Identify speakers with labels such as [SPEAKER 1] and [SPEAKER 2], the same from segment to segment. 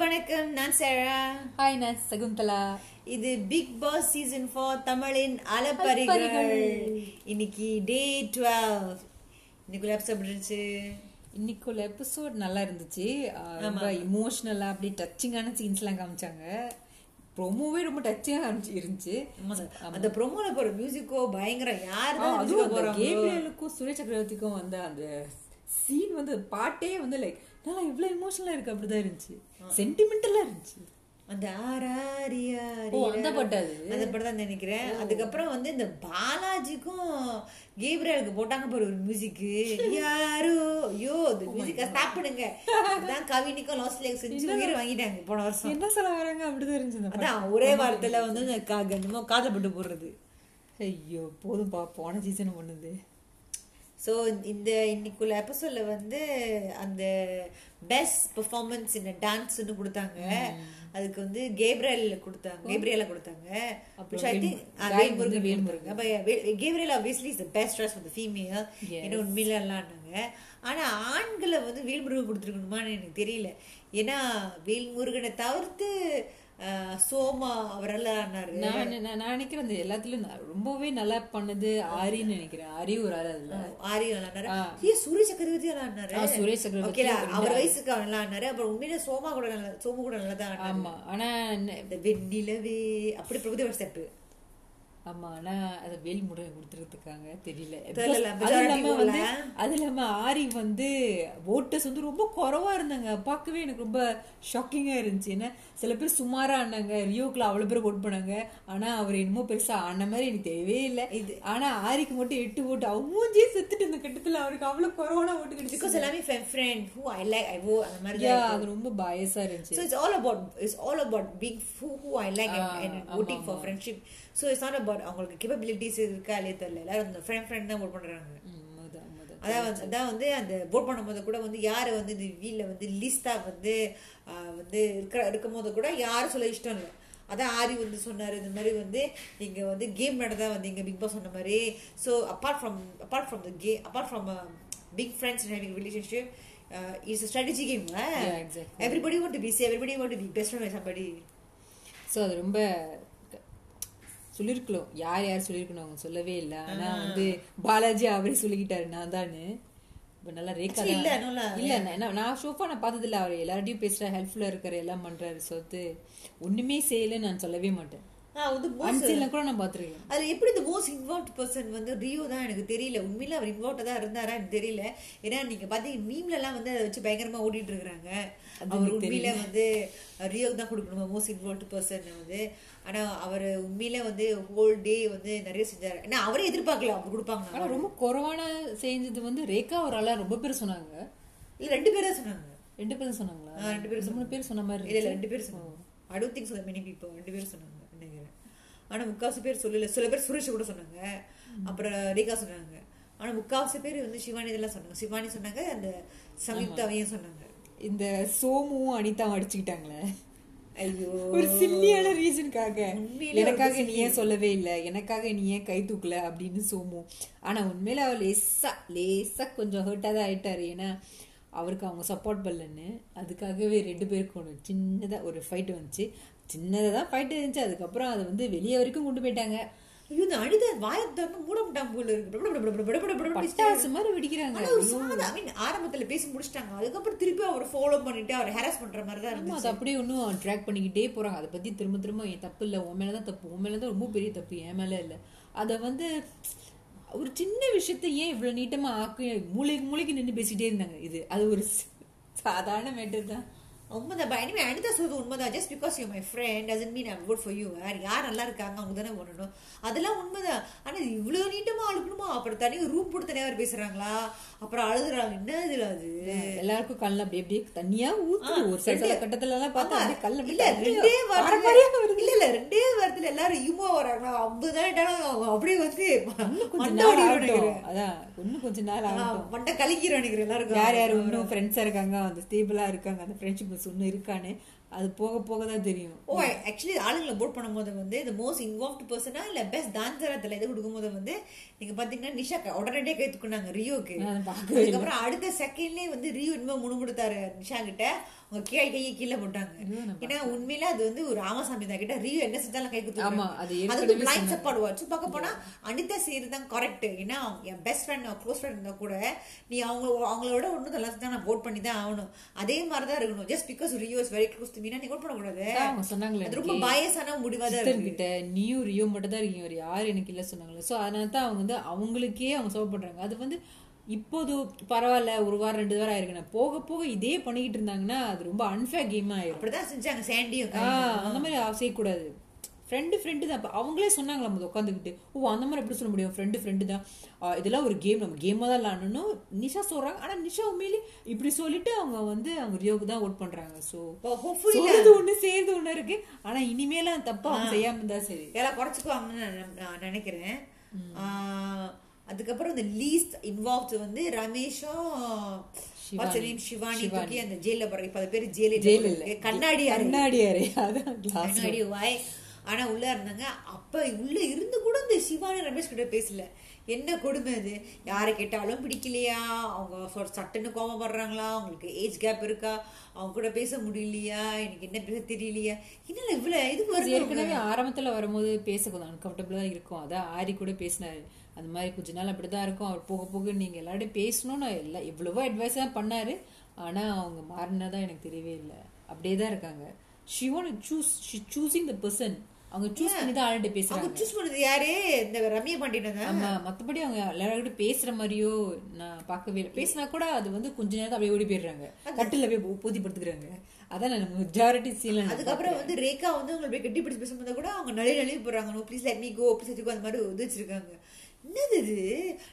[SPEAKER 1] வணக்கம் நான் சேரா
[SPEAKER 2] ஹாய் நான் சகுந்தலா
[SPEAKER 1] இது பிக் பாஸ் சீசன் ஃபோர் தமிழின் அலப்பரிகள்
[SPEAKER 2] அலப்பரிகள்.
[SPEAKER 1] இன்னைக்கு டே டுவெல் இன்னைக்குள்ள எபிசோட் இருந்துச்சு
[SPEAKER 2] இன்னைக்கு ஒரு எபிசோட் நல்லா இருந்துச்சு ஆஹ் ரொம்ப இமோஷனலா அப்படி டச்சிங்கான சீன்ஸ்லாம் காமிச்சாங்க ப்ரோமோவே ரொம்ப டச்சிங்கா காமிச்சு இருந்துச்சு
[SPEAKER 1] அந்த ப்ரோமோல போற மியூசிக்கோ பயங்கரம் யாரு
[SPEAKER 2] ஆஹ்
[SPEAKER 1] தான்
[SPEAKER 2] அதுவும் அந்த
[SPEAKER 1] போறாங்க
[SPEAKER 2] கேப்ரியலுக்கும் சுரேஷ் சக்கரவர்த்திக்கும் வந்து அந்த சீன் வந்து பாட்டே வந்து லைக் நல்லா இவ்வளவு எமோஷனலா இருக்கு அப்படிதான் இருந்துச்சு சென்டிமெண்டலா இருந்துச்சு
[SPEAKER 1] அந்த ஆராரியா
[SPEAKER 2] ஓ, அந்த பாட்டா அது?
[SPEAKER 1] அந்த பாட்டு தான் நினைக்கிறேன் அதுக்கப்புறம் வந்து இந்த பாலாஜிக்கும் கேப்ரியலுக்கு போட்டாங்க பாரு ஒரு மியூசிக் யாரோ ஐயோ இந்த
[SPEAKER 2] Oh
[SPEAKER 1] மியூசிக்க ஸ்டாப் பண்ணுங்க அதான் கவினிக்கும் லாஸ் லேக் செஞ்சு உயிர் வாங்கிட்டாங்க போன வருஷம்
[SPEAKER 2] என்ன சொல்ல வராங்க அப்படிதான் இருந்துச்சு அந்த பாட்டு.
[SPEAKER 1] அதான் ஒரே வாரத்துல வந்து இந்த கா- என்னமோ காதப்பட்டு போடுறது
[SPEAKER 2] ஐயோ போதும்பா போன சீசன் பண்ணுது
[SPEAKER 1] ஸோ இந்த இன்னைக்குள்ள எபிசோட்ல வந்து அந்த பெஸ்ட் பெர்ஃபார்மன்ஸ் இந்த டான்ஸ்னு கொடுத்தாங்க அதுக்கு வந்து கேப்ரியல் கொடுத்தாங்க கேப்ரியலை கொடுத்தாங்க which I think- ஆ, வேல்முருகன் வேல்முருகன் அப்ப வே- Gabriel obviously is the best dress for the female ஏன்னா உண்மையில எல்லாம்னாங்க ஆனா ஆண்களை வந்து வேல்முருகன் கொடுத்துருக்கணுமான்னு எனக்கு தெரியல ஏன்னா வேல்முருகனை தவிர்த்து ஆ, சோமா அவரெல்லாம் ஆனாரு
[SPEAKER 2] நான் நான் நான் நினைக்கிறேன் அந்த எல்லாத்துலயும் நான் ரொம்பவே நல்லா பண்ணது ஆரின்னு நினைக்கிறேன் ஆரி ஒரு ஆள் அதுல
[SPEAKER 1] ஆரி விளாண்டாரு ஏன் சூரிய சக்கரவர்த்தி விளாண்டாரு
[SPEAKER 2] ஆ, சூரிய சக்கரவர்த்தி
[SPEAKER 1] ஓகேலா அவர் வயசுக்கு அவன் விளாண்டாரு அப்புறம் உண்மையில சோமா கூட நல்லா சோமு கூட நல்லா தான் ஆனாரு
[SPEAKER 2] ஆமா ஆனா என்ன-
[SPEAKER 1] இந்த வெண்ணிலவே அப்படி பிரபுதி ஒரு ஸ்டெப்பு
[SPEAKER 2] ஆமா ஆனா அது வேல் முறை கொடுத்துருக்காங்க தெரியல
[SPEAKER 1] தெரியல,
[SPEAKER 2] Because அது இல்லாம
[SPEAKER 1] majority
[SPEAKER 2] வந்து
[SPEAKER 1] போல.
[SPEAKER 2] அது இல்லாம ஆரி வந்து ஓட்டர்ஸ் வந்து ரொம்ப குறவா இருந்தாங்க பார்க்கவே எனக்கு ரொம்ப ஷாக்கிங்கா இருந்துச்சு ஏன்னா சில பேர் சுமாரா ஆனாங்க ரியோக்குல அவ்வளவு பேர் ஓட் பண்ணாங்க ஆனா அவர் என்னமோ பெருசா ஆன மாதிரி எனக்கு தெரியவே இல்லை இது ஆனா ஆரிக்கு மட்டும் எட்டு ஓட்டு அவங்கஜே செத்துட்டு இந்த கட்டத்துல அவருக்கு அவ்வளவு கொரோனா ஓட்டு கிடைச்சு
[SPEAKER 1] பிகாஸ் எல்லாமே friend who I like I ஓ அந்த மாதிரி
[SPEAKER 2] Yeah, அது ரொம்ப பயசா இருந்துச்சு
[SPEAKER 1] So it's all about it's all about being who, who I like and, and voting for friendship. So it's not about அவங்களுக்கு capabilities இருக்கா இல்லையே தெரியல எல்லாரும் அந்த friend friend தான் vote பண்றாங்க.
[SPEAKER 2] ம், அதான், அதான்.
[SPEAKER 1] அதான் வந்து அதான் வந்து அந்த போட் பண்ணும்போது கூட வந்து யார் வந்து இந்த வீல்ல வந்து லிஸ்டா வந்து ஆ, வந்து இருக்கிற இருக்கும்போது கூட யாரும் சொல்ல இஷ்டம் இல்லை அதான் ஆரி வந்து சொன்னார் இந்த மாதிரி வந்து நீங்கள் வந்து கேம் நடந்தா வந்து இங்கே பிக் பாஸ் சொன்ன மாதிரி so apart from apart from the கே apart from big friends having relationship it's strategy game
[SPEAKER 2] Yeah, exactly.
[SPEAKER 1] Everybody want to be சே everybody want to be best friend somebody
[SPEAKER 2] so அது ரொம்ப சொல்லியிருக்கலாம் யார் யார் சொல்லியிருக்கணும் அவங்க சொல்லவே இல்லை ஆனா வந்து பாலாஜி அவரே சொல்லிக்கிட்டாரு நான் தானு இப்போ நல்லா ரேக்கா
[SPEAKER 1] Actually இல்ல, no
[SPEAKER 2] தான்.
[SPEAKER 1] lah.
[SPEAKER 2] இல்ல நான் நான் நான் ஷோஃபா நான் பார்த்ததில்ல அவர் எல்லார்ட்டையும் பேசுற ஹெல்ப்ஃபுல்லா இருக்காரு எல்லாம் பண்றாரு சொத்து ஒண்ணுமே செய்யல நான் சொல்லவே மாட்டேன்
[SPEAKER 1] ஆ வந்து boss-
[SPEAKER 2] அன்சீன்ல கூட நான் பார்த்திருக்கேன்
[SPEAKER 1] அதுல எப்படி இந்த மோஸ்ட் இன்வால்வ் பர்சன் வந்து ரியோ தான் எனக்கு தெரியல உண்மையில அவர் இன்வால்வ் தான் இருந்தாரா எனக்கு தெரியல ஏன்னா நீங்க பாத்தீங்க மீம்ல எல்லாம் வந்து அதை வச்சு பயங்கரமா ஓடிட்டு இருக்காங்க அவர் உண்மையில வந்து ரியோக்கு தான் கொடுக்கணுமா மோஸ்ட் இன்வால்வ் பர்சன் வந்து ஆனா அவர் உண்மையில வந்து ஹோல் டே வந்து நிறைய செஞ்சாரு ஏன்னா அவரே எதிர்பார்க்கல அவர்
[SPEAKER 2] ஆனா
[SPEAKER 1] கொடுப்பாங்க
[SPEAKER 2] ரொம்ப குறவான செஞ்சது வந்து ரேகா ஒரு ஆளா ரொம்ப பேர் சொன்னாங்க
[SPEAKER 1] இல்ல ரெண்டு பேர் தான் சொன்னாங்க
[SPEAKER 2] ரெண்டு பேரும் சொன்னாங்களா ரெண்டு பேர் மூணு பேர் சொன்ன மாதிரி
[SPEAKER 1] இல்ல இல்ல ரெண்டு பேர் சொன்னாங்க I don't think so many people ரெண்டு பேர் சொன்னாங்க நினைக்கிறேன் ஆனா முக்காவாசி பேர் சொல்லல சில பேர் சுரேஷ் கூட சொன்னாங்க அப்புறம் ரேகா சொன்னாங்க ஆனா முக்காவாசி பேர் வந்து சிவானி இதெல்லாம் சொன்னாங்க சிவானி சொன்னாங்க அந்த சம்யுக்தாவையும் சொன்னாங்க
[SPEAKER 2] இந்த சோமுவும் அனிதாவும் அடிச்சுக்கிட்டாங்களே
[SPEAKER 1] ஐயோ
[SPEAKER 2] ஒரு சில்லியான ரீசனுக்காக
[SPEAKER 1] உண்மையிலே
[SPEAKER 2] எனக்காக நீ ஏன் சொல்லவே இல்ல எனக்காக நீ ஏன் கை தூக்கல அப்படின்னு சோமு ஆனா உண்மையில அவர் லேசா லேசா கொஞ்சம் ஹர்ட்டா தான் ஆயிட்டாரு ஏன்னா அவருக்கு அவங்க சப்போர்ட் பண்ணலன்னு அதுக்காகவே ரெண்டு பேருக்கும் ஒன்று சின்னதா ஒரு ஃபைட் வந்துச்சு சின்னதா தான் ஃபைட் இருந்துச்சு அதுக்கப்புறம் அதை வந்து வெளியே வரைக்கும் கொண்டு போயிட்டாங்க
[SPEAKER 1] ஐயோ இந்த அழுத வாயத்தாங்க மூடமுட்டாம் போல இருக்கு பட, பட, பட, பட, பட, பட, பட, பட.
[SPEAKER 2] பட்டாசு மாதிரி வெடிக்கிறாங்க
[SPEAKER 1] ஆனா ஒரு சாதா ஐ மீன் ஆரம்பத்துல பேசி முடிச்சிட்டாங்க அதுக்கப்புறம் திருப்பி அவர் ஃபாலோ பண்ணிட்டு அவர் ஹராஸ் பண்ற மாதிரி தான்
[SPEAKER 2] ஆமா,
[SPEAKER 1] இருந்துச்சு
[SPEAKER 2] அது அப்படியே இன்னும் ட்ராக் பண்ணிக்கிட்டே போறாங்க அதை பத்தி திரும்ப திரும்ப என் தப்பு இல்லை உன் மேலதான் தப்பு உன் மேலதான் ரொம்ப பெரிய தப்பு என் மேல இல்லை அதை வந்து ஒரு சின்ன விஷயத்த ஏன் இவ்வளவு நீட்டமா ஆக்கு மூளைக்கு மூளைக்கு நின்று பேசிட்டே இருந்தாங்க இது அது ஒரு ஸ்- சாதாரண மேட்டர் தான்
[SPEAKER 1] உண்மைதான் பட் anyway அனிதா சொல்றது உண்மைதான் just because you my friend doesn't mean I'm good for you யார் யார் நல்லா இருக்காங்க அவங்க தானே பண்ணணும் அதெல்லாம் உண்மைதான் ஆனா இது இவ்வளவு நீட்டமா அழுக்கணுமா அப்புறம் தனியாக ரூம் போட்டு தனியாக அவர் பேசுறாங்களா அப்புறம் அழுகுறாங்க என்ன இதுல அது
[SPEAKER 2] எல்லாருக்கும் கல் அப்படியே அப்படியே தனியா ஊத்து ஒரு சில சில கட்டத்துல எல்லாம் பார்த்தா அப்படியே கல்
[SPEAKER 1] இல்ல
[SPEAKER 2] அப்படியே
[SPEAKER 1] ரெண்டே
[SPEAKER 2] தனியா பாரம்பரியா
[SPEAKER 1] வாரத்துல இல்ல இல்ல ரெண்டே வாரத்துல எல்லாரும் ஈமோ வராங்களா ஐம்பது ஆயிட்டாலும் அவங்க அப்படியே வந்து
[SPEAKER 2] கொஞ்ச
[SPEAKER 1] மண்டை
[SPEAKER 2] நாள்
[SPEAKER 1] ஓடிரும் நினைக்கிறேன்.
[SPEAKER 2] ஆகட்டும். அதான் இன்னும் கொஞ்ச நாள்
[SPEAKER 1] ஆ,
[SPEAKER 2] ஆகும்
[SPEAKER 1] மண்டை கலக்கிறோம் நினைக்கிறேன் எல்லாருக்கும்
[SPEAKER 2] யார் யார் இன்னும் ஃப்ரெண்ட்ஸாக இருக்காங்க அந்த ஸ்டேபிளாக இருக்காங்க அந்த ஃப்ரெண்ட்ஷிப் இன்னும் இருக்கான்னு அது போக போக தான் தெரியும்
[SPEAKER 1] ஓ ஆக்சுவலி ஆளுங்களை போட் பண்ணும்போது வந்து இந்த மோஸ்ட் இன்வால்வ்ட் பர்சனா இல்ல பெஸ்ட் டான்சரா தெரியல இது கொடுக்கும்போது வந்து நீங்க பாத்தீங்கன்னா நிஷா க- உடனடியா கை தூக்குனாங்க ரியோக்கு
[SPEAKER 2] நான் பார்க்கவே இல்லை.
[SPEAKER 1] அதுக்கப்புறம் அடுத்த செகண்ட்லயே வந்து ரியோ இனிமே முணுமுடுத்தாரு நிஷா கிட்ட அவங்க கீழே கையை கீழே போட்டாங்க ஏன்னா உண்மையில அது வந்து ஒரு ராமசாமி தான் கிட்ட ரியோ என்ன செஞ்சாலும் கை
[SPEAKER 2] ஆமா,
[SPEAKER 1] குத்துறாங்க
[SPEAKER 2] அது
[SPEAKER 1] அது
[SPEAKER 2] ஏற்கனவே
[SPEAKER 1] பிளைண்ட் சப்பாடு வச்சு பார்க்க போனா அனிதா செய்யறது தான் கரெக்ட் ஏன்னா அவங்க என் பெஸ்ட் ஃப்ரெண்ட் க்ளோஸ் ஃப்ரெண்ட் இருந்தா கூட நீ அவங்க அவங்களோட ஒன்றும் தலாசு தான் நான் vote பண்ணி தான் ஆகணும் அதே மாதிரி தான் இருக்கணும் just because Rio is very close மீனா நீ vote பண்ணக்கூடாது
[SPEAKER 2] அதான் அவங்க சொன்னாங்களே
[SPEAKER 1] அது ரொம்ப பயசான முடிவா தான்
[SPEAKER 2] சித்தர்
[SPEAKER 1] இருக்கு
[SPEAKER 2] கிட்ட நீயும் ரியோ மட்டும் தான் இருக்கீங்க ஒரு யார் எனக்கு இல்லை சொன்னாங்களே ஸோ அதனால தான் அவங்க வந்து அவங்களுக்கே அவங்க சோப் பண்றாங்க அது வந்து இப்போது பரவாயில்ல ஒரு வாரம் ரெண்டு வாரம் ஆயிருக்குண்ணே போக போக இதே பண்ணிக்கிட்டு இருந்தாங்கன்னா அது ரொம்ப அன்ஃபேர் கேமா ஆயிரும்
[SPEAKER 1] அப்படிதான் செஞ்சாங்க சாண்டியும்
[SPEAKER 2] ஆ, அந்த மாதிரி அவ செய்யக்கூடாது ஃப்ரெண்டு ஃப்ரெண்டு தான் இப்ப அவங்களே சொன்னாங்களா முதல் உட்காந்துக்கிட்டு ஓ அந்த மாதிரி எப்படி சொல்ல முடியும் ஃப்ரெண்டு ஃப்ரெண்டு தான் ஆ, இதெல்லாம் ஒரு கேம் நம்ம கேமாக தான் விளாடணும் நிஷா சொல்கிறாங்க ஆனால் நிஷா உண்மையிலே இப்படி சொல்லிட்டு அவங்க வந்து அவங்க ரியோக்கு தான் ஓட் பண்ணுறாங்க ஸோ
[SPEAKER 1] ஹோப்ஃபுல்லி
[SPEAKER 2] சொல்றது ஒன்று செய்யறது ஒன்று இருக்கு ஆனால் இனிமேலாம் தப்பா அவங்க செய்யாம இருந்தா சரி
[SPEAKER 1] எல்லாம் குறைச்சிக்குவாங்கன்னு நான் நான் நினைக்கிறேன் ஆஹ் அதுக்கப்புறம் இந்த லீஸ்ட் இன்வால்வ் வந்து ரமேஷும் what's her name? சிவானி தூக்கி அந்த ஜெயில போற இப்ப அது பேரு
[SPEAKER 2] ஜெயில
[SPEAKER 1] ஜெயில
[SPEAKER 2] இல்லை
[SPEAKER 1] கண்ணாடி அறை.
[SPEAKER 2] கண்ணாடி அறை அதான் கிளாஸ்
[SPEAKER 1] கண்ணாடி வாய் ஆனா உள்ள இருந்தாங்க அப்ப உள்ள இருந்து கூட இந்த சிவானி ரமேஷ் கிட்ட பேசல என்ன கொடுமை அது யாரை கேட்டாலும் பிடிக்கலையா அவங்க சொ- சட்டுன்னு கோபம் படுறாங்களா அவங்களுக்கு ஏஜ் கேப் இருக்கா அவங்க கூட பேச முடியலையா எனக்கு என்ன பேச தெரியலையா என்ன இவ்வளவு இதுக்கு
[SPEAKER 2] அது
[SPEAKER 1] வருது
[SPEAKER 2] ஏற்கனவே ஆரம்பத்துல வரும்போது பேச கொஞ்சம் அன்கம்ஃபர்டபுளாக தான் இருக்கும் அதான் ஆரி கூட பேசினாரு அந்த மாதிரி கொஞ்ச நாள் அப்படிதான் இருக்கும் அவர் போக போக நீங்க எல்லார்ட்டையும் பேசணும்னு எல்லாம் எவ்வளவோ அட்வைஸ் தான் பண்ணாரு ஆனா அவங்க மாறினதா எனக்கு தெரியவே இல்லை அப்படியே தான் இருக்காங்க she one choose she choosing the person அவங்க சூஸ் பண்ணி தான் ஆள்கிட்ட
[SPEAKER 1] அவங்க
[SPEAKER 2] பேசுறாங்க
[SPEAKER 1] சூஸ் பண்ணது யாரு இந்த ரம்யா பாண்டியன் தான்
[SPEAKER 2] ஆமா மத்தபடி அவங்க எல்லார்கிட்ட பேசுற மாதிரியோ நான் பார்க்கவே இல்லை பேசினா கூட அது வந்து கொஞ்ச நேரம் அப்படியே ஓடி போயிடுறாங்க கட்டில போய் பூதி படுத்துக்கிறாங்க அதான் நான் மெஜாரிட்டி சீன்
[SPEAKER 1] அதுக்கப்புறம் வந்து ரேகா வந்து அவங்களை போய் கட்டி பிடிச்சு பேசும்போது கூட அவங்க நிறைய நழுவி போடுறாங்க no please let me go please let அந்த மாதிரி உதவிச்சிருக்காங்க என்னது இது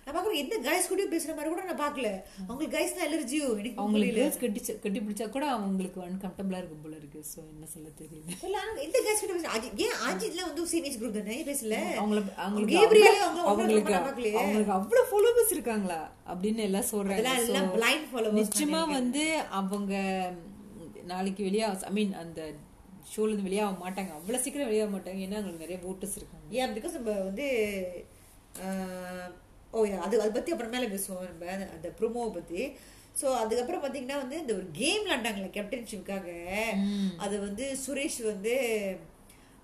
[SPEAKER 1] நான் பார்க்குறேன் எந்த கைஸ் கூடயும் பேசுற மாதிரி கூட நான் பார்க்கல அவங்களுக்கு கைஸ் தான் அலர்ஜியோ எனக்கு
[SPEAKER 2] அவங்களுக்கு
[SPEAKER 1] புரியல
[SPEAKER 2] girls கட்டி கட்டி பிடிச்சா கூட அவங்களுக்கு அன்கம்ஃபர்டபுளா இருக்கும் போல இருக்கு சோ என்ன சொல்ல தெரியல
[SPEAKER 1] இல்ல, ஆனா எந்த கைஸ் கூட பேசுற அஜித் ஏன் அஜித்லாம் வந்து சீனியர்ஸ் குரூப் தானே பேசல
[SPEAKER 2] அவங்கள அவங்களுக்கு
[SPEAKER 1] கேப்ரியலே
[SPEAKER 2] அவ்வளவு-
[SPEAKER 1] அவங்க அவங்களை
[SPEAKER 2] அவங்களுக்கு
[SPEAKER 1] ரொம்ப பார்க்கலையே.
[SPEAKER 2] அவங்களுக்கு அவ்வளவு ஃபாலோவர்ஸ் இருக்காங்களா அப்படின்னு எல்லாம் சொல்றாங்க
[SPEAKER 1] அதெல்லாம் எல்லாம்
[SPEAKER 2] So,
[SPEAKER 1] பிளைண்ட் ஃபாலோவர்ஸ்
[SPEAKER 2] நிச்சயமா வந்து அவங்க நாளைக்கு வெளியா ஐ மீன் அந்த ஷோல இருந்து வெளியாக மாட்டாங்க அவ்வளவு சீக்கிரம் வெளியாக மாட்டாங்க ஏன்னா அவங்களுக்கு நிறைய voters இருக்காங்க
[SPEAKER 1] ஏன் பிகாஸ் நம்ம வந்து ஆஹ், ஓ yeah, அது அதை பற்றி அப்புறமேல பேசுவோம் நம்ம அந்த- அந்த ப்ரோமோவை பற்றி ஸோ அதுக்கப்புறம் பார்த்தீங்கன்னா வந்து இந்த ஒரு கேம் விளாண்டாங்களே கேப்டன்ஷிப்காக அது வந்து சுரேஷ் வந்து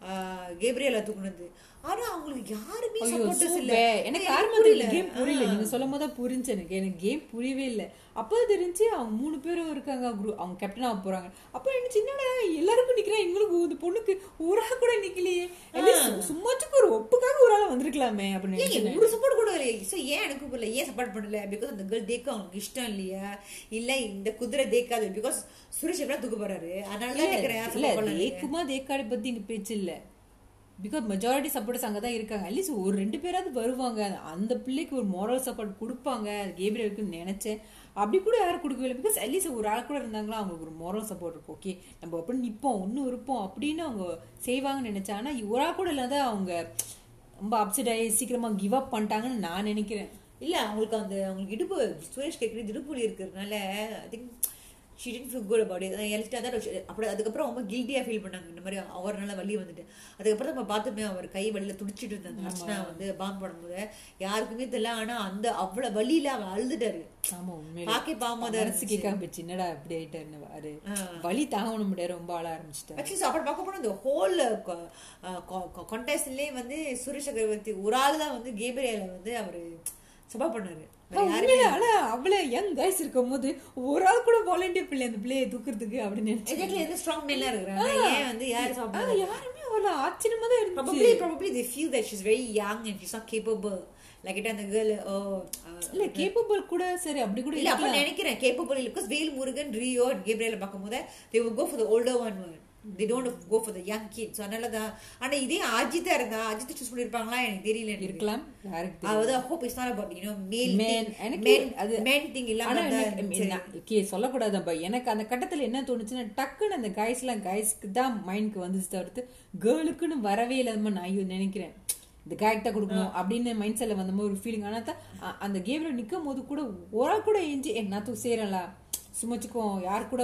[SPEAKER 1] ஆஹ், கேப்ரியலா தூக்குனது ஆனா அவங்களுக்கு யாருமே
[SPEAKER 2] ஐயோ,
[SPEAKER 1] சப்போர்ட்டர்ஸ் இல்ல
[SPEAKER 2] super. எனக்கு ஆரம்பத்துல இந்த game புரியல நீங்க சொல்லும் போது தான் புரிஞ்சு எனக்கு எனக்கு கேம் புரியவே இல்ல அப்ப தெரிஞ்சு அவங்க மூணு பேரும் இருக்காங்க குரூப் அவங்க கேப்டன் ஆக போறாங்க அப்ப என்ன சின்னடா எல்லாருக்கும் நிக்கிறா இவங்களுக்கு இந்த பொண்ணுக்கு ஒரு ஆள் கூட நிக்கலையே at least சும்மாச்சுக்கு ஒரு ஒப்புக்காக ஒரு ஆள் வந்திருக்கலாமே அப்படின்னு
[SPEAKER 1] ஏன்
[SPEAKER 2] நினைச்சேன்.
[SPEAKER 1] ஒரு சப்போர்ட் கூட இல்லையே ஸோ ஏன் எனக்கு புரியல ஏன் சப்போர்ட் பண்ணல பிகாஸ் அந்த கேர்ள் தேக்க அவங்களுக்கு இஷ்டம் இல்லையா இல்ல இந்த குதிரை தேக்காது பிகாஸ் சுரேஷ் எப்படியா தூக்க போறாரு அதனால தான் நினைக்கிறேன் யார்
[SPEAKER 2] இல்ல
[SPEAKER 1] support பண்ணல.
[SPEAKER 2] ஏக்குமா தேக்காடு பத்தி இங்க பேச்சு இல்ல பிகாஸ் மெஜாரிட்டி சப்போர்ட்டர்ஸ் அங்க தான் இருக்காங்க அட்லீஸ்ட் ஒரு ரெண்டு பேராவது வருவாங்க அந்த பிள்ளைக்கு ஒரு மோரல் சப்போர்ட் கொடுப்பாங்க கேபிரியலுக்கு நினைச்சேன் அப்படி கூட யாரும் கொடுக்கவே இல்லை பிகாஸ் அட்லீஸ்ட் ஒரு ஆள் கூட இருந்தாங்களா அவங்களுக்கு ஒரு மோரல் சப்போர்ட் இருக்கும் ஓகே நம்ம அப்படி நிப்போம் இன்னும் இருப்போம் அப்படின்னு அவங்க செய்வாங்கன்னு நினைச்சேன் ஆனா ஒரு ஆள் கூட இல்லாத அவங்க ரொம்ப அப்செட் ஆகி சீக்கிரமா கிவ் அப் பண்ணிட்டாங்கன்னு நான் நினைக்கிறேன்
[SPEAKER 1] இல்ல அவங்களுக்கு அந்த அவங்களுக்கு இடுப்பு சுரேஷ் கேக்குறது இடுப்புலி இருக்கிறதுனால I think she tend feel good about it எலிட்டா தான் she- அப்படி அதுக்கப்புறம் ரொம்ப கில்ட்டியா ஃபீல் பண்ணாங்க இந்த மாதிரி அவர்னால வலி வந்துட்டு அதுக்கப்புறம் நம்ம பார்த்துமே அவர் கை வலியில துடிச்சிட்டு இருந்தாங்க அர்ச்சனா வந்து பாம்பு பண்ணும்போது யாருக்குமே தெரியல ஆனா அந்த அவ்வளவு வலியில அவன் அழுதுட்டாரு
[SPEAKER 2] ஆமா உண்மையில
[SPEAKER 1] பாக்கி பாம்போது
[SPEAKER 2] மனசு கேட்காம போச்சு என்னடா இப்படி ஆயிட்டாருன்னு வாரு வலி தாங்க முடியாது ரொம்ப ஆள ஆரம்பிச்சிட்டாரு
[SPEAKER 1] ஆக்சுவலி அப்படி பார்க்க போனால் இந்த ஹோல் கான்டெஸ்ட்லேயே வந்து சுரேஷ் சக்கரவர்த்தி ஒரு ஆள் தான் வந்து கேபிரியால வந்து அவர் சப்போர்ட் பண்ணாரு வேற யாருமே
[SPEAKER 2] உண்மையில ஆனா அவ்வளவு யங் கைஸ் இருக்கும் போது ஒரு ஆள் கூட வாலண்டியர் பிள்ளை அந்த பிள்ளையை தூக்குறதுக்கு அப்படின்னு நினைச்சேன்
[SPEAKER 1] எஜெக்ட்ல எந்த ஸ்ட்ராங் மேலாம் இருக்கிறாங்க ஏன் வந்து யாரும்
[SPEAKER 2] ஆனா
[SPEAKER 1] சாப்பிடுறாங்க
[SPEAKER 2] யாருமே அவ்வளவு ஆச்சரியமா தான் இருந்துச்சு
[SPEAKER 1] probably probably they feel that she's very young and she's not capable like it அந்த girl oh uh,
[SPEAKER 2] இல்ல கேப்பபிள் கூட சரி அப்படி கூட
[SPEAKER 1] இல்ல அப்ப நினைக்கிறேன் capable because Vel Murugan Rio and Gabriel பார்க்கும்போது they will go for the older one they don't go for the young kid so அதனால தான் ஆனா இதே அஜித்தா இருந்தா அஜித் சூஸ் பண்ணிருப்பாங்களா எனக்கு தெரியல எனக்கு.
[SPEAKER 2] இருக்கலாம் யாருக்கு தெரியும்.
[SPEAKER 1] அதாவது hope it's not about you know male
[SPEAKER 2] Men,
[SPEAKER 1] thing
[SPEAKER 2] எனக்கு
[SPEAKER 1] men
[SPEAKER 2] அது-
[SPEAKER 1] men thing
[SPEAKER 2] ஆனா
[SPEAKER 1] இல்லாம
[SPEAKER 2] எனக்கு- நான் okay, சொல்லக்கூடாதுப்பா எனக்கு அந்த கட்டத்துல என்ன தோணுச்சுன்னா டக்குன்னு அந்த கைஸ் எல்லாம் கைஸ்க்கு தான் மைண்ட்க்கு வந்துச்சு தவிர்த்து கேர்ளுக்குன்னு வரவே இல்லாம நான் ஐயோ நினைக்கிறேன் இந்த கேரக்டர் தான் கொடுக்கணும் அப்படின்னு மைண்ட் செட்ல வந்த மாதிரி ஒரு ஃபீலிங் ஆனா தான் அ- அந்த கேம்ல நிக்கும் போது கூட ஒரு ஆள் கூட எஞ்சி "ஏய், நான் தூக்கு செய்யறேன்ல சும்மாச்சுக்கும் யார் கூட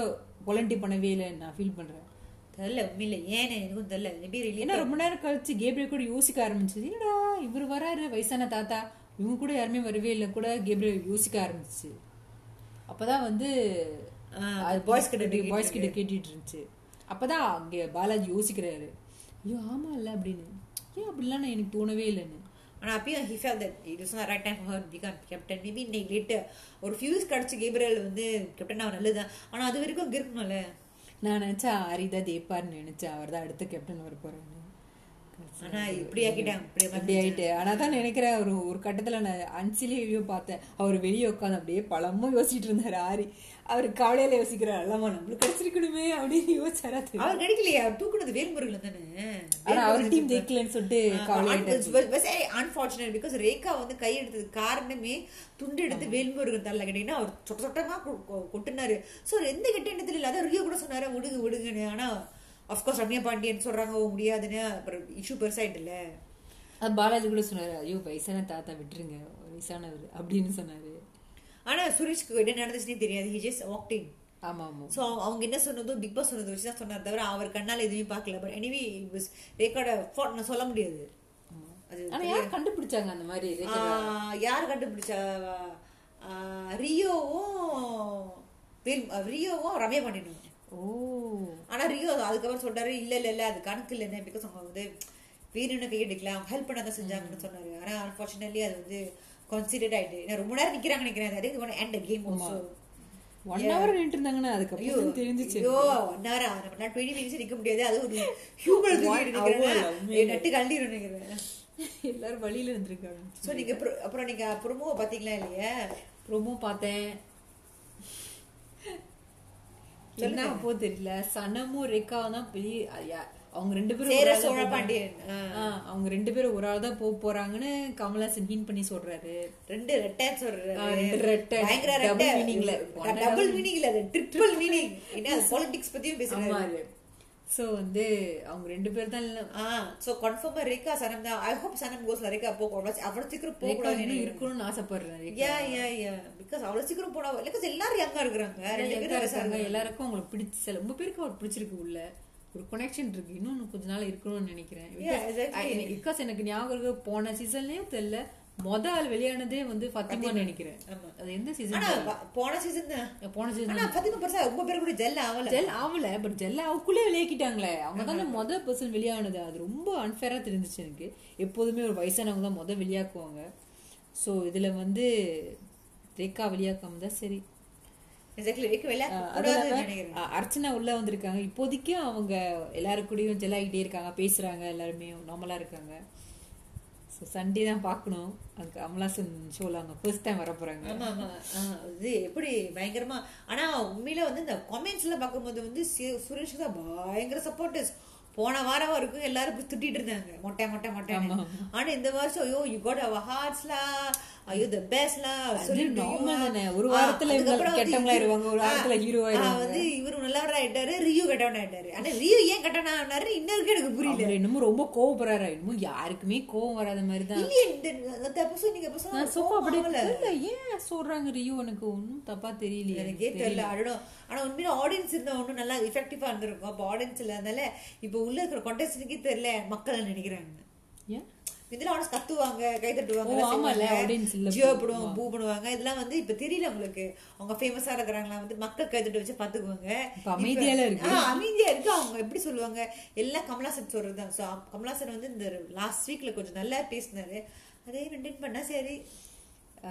[SPEAKER 2] வாலண்டியர் பண்ணவே இல்லை நான் ஃபீல் பண்றேன்
[SPEAKER 1] தெரியல உண்மையில ஏன்னு எனக்கும் தெரியல மேபி ரிலீவ்
[SPEAKER 2] ஏன்னா ரொம்ப நேரம் கழிச்சு கேப்ரியல் கூட யோசிக்க ஆரம்பிச்சது என்னடா இவர் வராரு வயசான தாத்தா இவங்க கூட யாருமே வரவே இல்லை கூட கேப்ரியல் யோசிக்க ஆரம்பிச்சு அப்பதான் வந்து அது பாய்ஸ் கிட்ட பாய்ஸ் கிட்ட கேட்டுட்டு இருந்துச்சு அப்பதான் அங்கே பாலாஜி யோசிக்கிறாரு ஐயோ ஆமா இல்ல அப்படின்னு ஏன் அப்படிலாம் நான் எனக்கு தோணவே இல்லைன்னு
[SPEAKER 1] ஆனா அப்பயும் he fell that it is not right time her become captain maybe இன்னைக்கு லேட்டர் ஒரு ஃபியூஸ் கிடைச்சு கேப்ரியல் வந்து கேப்டன் அவன் நல்லதுதான் ஆனா அது வரைக்கும் அங்க இருக்கணும்ல
[SPEAKER 2] நான் நினைச்சேன் ஹரிதா தேப்பார்னு நினைச்சேன் அவர்தான் அடுத்த கேப்டன் வர போறாரு
[SPEAKER 1] ஆனா இப்படி ஆக்கிட்டாங்க இப்படி
[SPEAKER 2] அப்படி ஆயிட்டு ஆனா தான் நினைக்கிறேன் ஒரு ஒரு கட்டத்துல நான் அன்சிலியோ பார்த்தேன் அவர் வெளியே உட்காந்து அப்படியே பழமும் யோசிச்சுட்டு இருந்தாரு ஆரி அவர் கவலையில யோசிக்கிறார் அல்லமா நம்மளுக்கு கிடைச்சிருக்கணுமே அப்படின்னு யோசிச்சாரா தெரியும்
[SPEAKER 1] அவர் கிடைக்கலையா தூக்குனது வேல்முருகன் தானே
[SPEAKER 2] ஆனா அவர் டீம் ஜெயிக்கலன்னு சொல்லிட்டு கவலையாயிட்டாரு
[SPEAKER 1] அன்பார்ச்சுனேட் பிகாஸ் ரேகா வந்து கை எடுத்தது காரணமே துண்டு எடுத்து வேல்முருகன் தள்ள கேட்டீங்கன்னா அவர் சொட்ட சொட்டமா கொ- கொ- கொட்டுனாரு சோ எந்த கெட்ட எண்ணத்துல இல்லாத ரியோ கூட சொன்னாரு விடுங்க விடுங்கன்னு ஆனா அஃப்கோர்ஸ் ரம்யா பாண்டியன் சொல்றாங்க ஓ முடியாதுன்னு அப்புறம் இஷ்யூ பெருசாயிட்டுல
[SPEAKER 2] அது பாலாஜி கூட சொன்னாரு ஐயோ வயசான தாத்தா விட்டுருங்க வயசானவர் அப்படின்னு சொன்னாரு
[SPEAKER 1] ஆனா சுரேஷ்க்கு என்ன நடந்துச்சுன்னே தெரியாது ஹி ஜஸ்ட் வாக்டிங்
[SPEAKER 2] ஆமா ஆமா
[SPEAKER 1] ஸோ அவங்க என்ன சொன்னதோ பிக் பாஸ் சொன்னதை வச்சு தான் சொன்னார் தவிர அவர் கண்ணால் எதுவுமே பார்க்கல பட் எனிவே இட் வாஸ் ரேக்கார்டை நான் சொல்ல முடியாது அது
[SPEAKER 2] ஆனா யார் கண்டுபிடிச்சாங்க அந்த மாதிரி
[SPEAKER 1] ஆ, யார் கண்டுபிடிச்சா ஆ, ரியோவும் வேல் அ, ரியோவும் ரம்யா பண்ணிடணும்
[SPEAKER 2] ஓ
[SPEAKER 1] ஆனா ரியோ அதுக்கப்புறம் சொல்றாரு இல்ல இல்ல இல்ல அது கணக்கு இல்லைன்னு பிகாஸ் அவங்க வந்து வீரனு கை எடுக்கல அவங்க ஹெல்ப் பண்ண தான் செஞ்சாங்கன்னு சொன்னாரு ஆனா அன்பார்ச்சுனேட்லி அது வந்து கன்சிடர்ட் ஆயிட்டு ஏன்னா ரொம்ப நேரம் நிக்கிறாங்க நினைக்கிறேன் அதே and game also
[SPEAKER 2] one hour நின்று இருந்தாங்கன்னா அதுக்கப்புறம் தெரிஞ்சிச்சு
[SPEAKER 1] ஐயோ ஒன் ஹவர் ஆகிறப்ப டுவெண்ட்டி மினிட்ஸ் நிக்க முடியாது அது ஒரு ஹியூமன் நிக்கிறேன் நட்டு கழண்டிடும் நினைக்கிறேன்
[SPEAKER 2] எல்லாரும் வழியில இருந்திருக்காங்க
[SPEAKER 1] ஸோ நீங்க pro- அப்புறம் நீங்க ப்ரொமோ பாத்தீங்களா இல்லையா
[SPEAKER 2] ப்ரோமோ பார்த்தேன் என்ன அப்போ தெரியல சனமும் ரெக்காவும் தான் பெரிய ஐயா, அவங்க ரெண்டு பேரும் ஒரு
[SPEAKER 1] சேர
[SPEAKER 2] ஆளா
[SPEAKER 1] சோழ
[SPEAKER 2] போறாங்க.
[SPEAKER 1] பாண்டியன் ஆ.
[SPEAKER 2] ஆ, அவங்க ரெண்டு பேரும் ஒரு ஆள் தான் போக போறாங்கன்னு கமலாசன் ஹீன் பண்ணி சொல்றாரு
[SPEAKER 1] ரெண்டு ரெட்டை சொல்ற
[SPEAKER 2] ஆ, ரெண்டு ரெட்டை.
[SPEAKER 1] பயங்கர
[SPEAKER 2] Double
[SPEAKER 1] ரெட்டை
[SPEAKER 2] meaning ல.
[SPEAKER 1] டபுள் மீனிங் இல்ல ட்ரிபிள் மீனிங் என்ன பாலிடிக்ஸ் பத்தியும் பேசுறாங்க
[SPEAKER 2] ஆமாரு சோ வந்து அவங்க ரெண்டு பேர் தான் இல்ல-
[SPEAKER 1] ஆ சோ கன்ஃபார்மா ரேகா சனம் தான் ஐ ஹோப் சனம் கோஸ்ல ரேகா போக கூடாது அவ்வளவு சீக்கிரம் போக
[SPEAKER 2] ரெக்கா
[SPEAKER 1] கூடாது
[SPEAKER 2] இன்னும் இருக்கணும்னு ஆசைப்படுறாரு
[SPEAKER 1] யா யா யா பிகாஸ் அவ்வளவு சீக்கிரம் போனா பிகாஸ் எல்லாரும் யங்கா இருக்கிறாங்க ரெண்டு
[SPEAKER 2] ரெக்கா
[SPEAKER 1] பேரும் வயசா
[SPEAKER 2] இருக்காங்க எல்லாருக்கும் அவங்களுக்கு பிடிச்ச சில- ரொம்ப பேருக்கு அவர் பிடிச்சிருக்கு உள்ள ஒரு கனெக்ஷன் இருக்கு இன்னும் கொஞ்ச நாள் இருக்கணும்னு நினைக்கிறேன்
[SPEAKER 1] Yeah, exactly.
[SPEAKER 2] பிகாஸ் எனக்கு ஞாபகம் இருக்கு, போன சீசன்லயும் தெரியல மொத ஆள் வெளியானதே வந்து ஃபத்திமா நினைக்கிறேன்
[SPEAKER 1] ஆமா.
[SPEAKER 2] அது எந்த சீசன்
[SPEAKER 1] ஆனா ப- போன சீசன் தான்
[SPEAKER 2] போன சீசன்
[SPEAKER 1] ஆனா பதிமூணு பெருசா ரொம்ப பேர் கூட ஜெல் ஆகல
[SPEAKER 2] ஜெல் ஆவல பட் ஜெல் அவக்குள்ளே வெளியாக்கிட்டாங்களே அவங்க தான் மொத பர்சன் வெளியானது அது ரொம்ப அன்ஃபேரா தெரிஞ்சிச்சு எனக்கு எப்போதுமே ஒரு வயசானவங்க தான் மொத வெளியாக்குவாங்க சோ இதுல வந்து ரேக்கா வெளியாக்காம தான் சரி
[SPEAKER 1] எக்ஸாக்ட்லி ரேக்கு விளையாட
[SPEAKER 2] அது
[SPEAKER 1] கூடாதுன்னு
[SPEAKER 2] இல்லாம,
[SPEAKER 1] நினைக்கிறேன்
[SPEAKER 2] அ, அர்ச்சனா உள்ள வந்திருக்காங்க இப்போதைக்கு அவங்க எல்லாரு கூடயும் ஜெல்லாகிட்டே இருக்காங்க பேசுறாங்க எல்லாருமே நார்மலா இருக்காங்க ஸோ சண்டே தான் பார்க்கணும் அதுக்கு அமலாசன் ஷோல அவங்க ஃபர்ஸ்ட் டைம் வர போறாங்க
[SPEAKER 1] ஆமா ஆமா ஆ, இது எப்படி பயங்கரமா ஆனா உண்மையில வந்து இந்த கமெண்ட்ஸ் எல்லாம் பார்க்கும்போது வந்து சு- சுரேஷ் தான் பயங்கர சப்போர்ட்டர்ஸ் போன வாரம் வரைக்கும் எல்லாரும் இப்படி திட்டிட்டு இருந்தாங்க மொட்டை மொட்டை மொட்டை ஆனா இந்த வருஷம் ஐயோ யூ காட் அவர் ஹார்ட்ஸ்லாம் ஐயோ த பெஸ்ட்லாம்
[SPEAKER 2] normal தானே. ஒரு வாரத்துல இவங்க கெட்டவங்களா ஆயிருவாங்க, ஒரு வாரத்துல hero ஆயிருவாங்க.
[SPEAKER 1] வந்து இவரு நல்லவரா ஆயிட்டாரு ரியோ கெட்டவன் ஆயிட்டாரு ஆனா ரியோ ஏன் கெட்டவன் ஆனாரு இன்னும் வரைக்கும் எனக்கு புரியல
[SPEAKER 2] அவர் என்னமோ ரொம்ப கோவப்படுறாரு இன்னமும் யாருக்குமே கோவம் வராத மாதிரி தான்
[SPEAKER 1] இல்லையே இந்த அந்த episode நீங்க episode
[SPEAKER 2] நான் சோப்பா அப்படி
[SPEAKER 1] ஆகல.
[SPEAKER 2] இல்ல ஏன் சொல்றாங்க ரியோ எனக்கு ஒன்றும் தப்பா தெரியலையே
[SPEAKER 1] எனக்கே தெரியல அடடோ ஆனா உண்மையில ஆடியன்ஸ் இருந்தா ஒன்றும் நல்லா எஃபெக்டிவா இருந்திருக்கும் அப்போ ஆடியன்ஸ் இல்லாதனால இப்போ உள்ள இருக்கிற கான்டெஸ்டுக்கே தெரியல மக்கள் நினைக்கிறாங்க
[SPEAKER 2] ஏன்
[SPEAKER 1] இதெல்லாம் ஆடியன்ஸ் கத்துவாங்க கை தட்டுவாங்க
[SPEAKER 2] ஓ,
[SPEAKER 1] எல்லாம்
[SPEAKER 2] ஆமால்ல,
[SPEAKER 1] செய்வாங்க.
[SPEAKER 2] audience இல்ல,
[SPEAKER 1] ஜியோ போடுவாங்க பூ பண்ணுவாங்க இதெல்லாம் வந்து இப்ப தெரியல உங்களுக்கு அவங்க ஃபேமஸா இருக்கிறாங்களா வந்து மக்கள் கை தட்டு வச்சு பாத்துக்குவாங்க
[SPEAKER 2] இப்ப அமைதியால இருக்கு.
[SPEAKER 1] ஆ, அமைதியா இருக்கு அவங்க எப்படி சொல்லுவாங்க எல்லாம் கமலாசன் சொல்றதுதான் சோ கமலாசன் வந்து இந்த லாஸ்ட் வீக்ல கொஞ்சம் நல்லா பேசினாரு அதே மெயின்டைன் பண்ணா சரி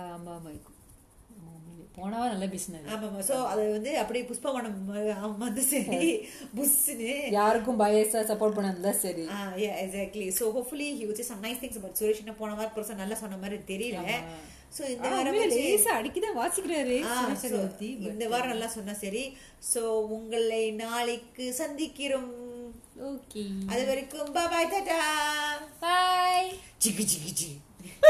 [SPEAKER 2] ஆமா ஆமா ஆமா, ஆமா. போனவா நல்லா பேசினாரு
[SPEAKER 1] ஆமாமா சோ அது வந்து அப்படியே புஷ்பவனம் ம- அவன் வந்து சரி புஷ்னு
[SPEAKER 2] யாருக்கும் பயசா சப்போர்ட் பண்ணதுதான் சரி
[SPEAKER 1] exactly so hopefully he will some nice things but Suresh என்ன போன வாரம் பெருசா நல்லா சொன்ன மாதிரி தெரியல சோ இந்த வாரம்
[SPEAKER 2] ஆனா,
[SPEAKER 1] வச்சு-
[SPEAKER 2] லேசா அடிக்கதான் வாசிக்கிறாரு
[SPEAKER 1] ஆ,
[SPEAKER 2] சுரேஷ்
[SPEAKER 1] so
[SPEAKER 2] சக்கரவர்த்தி
[SPEAKER 1] இந்த வாரம் நல்லா சொன்னா சரி சோ உங்களை நாளைக்கு சந்திக்கிறோம்
[SPEAKER 2] ஓகே
[SPEAKER 1] அது வரைக்கும் பாய் டாடா
[SPEAKER 2] பாய்
[SPEAKER 1] ஜிகு ஜிகு ஜிகு